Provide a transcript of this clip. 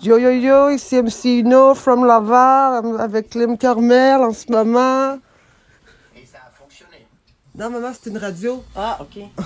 Yo yo yo, ici MC Uno from Lavar avec Clem Carmel en ce moment. Et ça a fonctionné. Non, maman, c'est une radio. Ah, ok.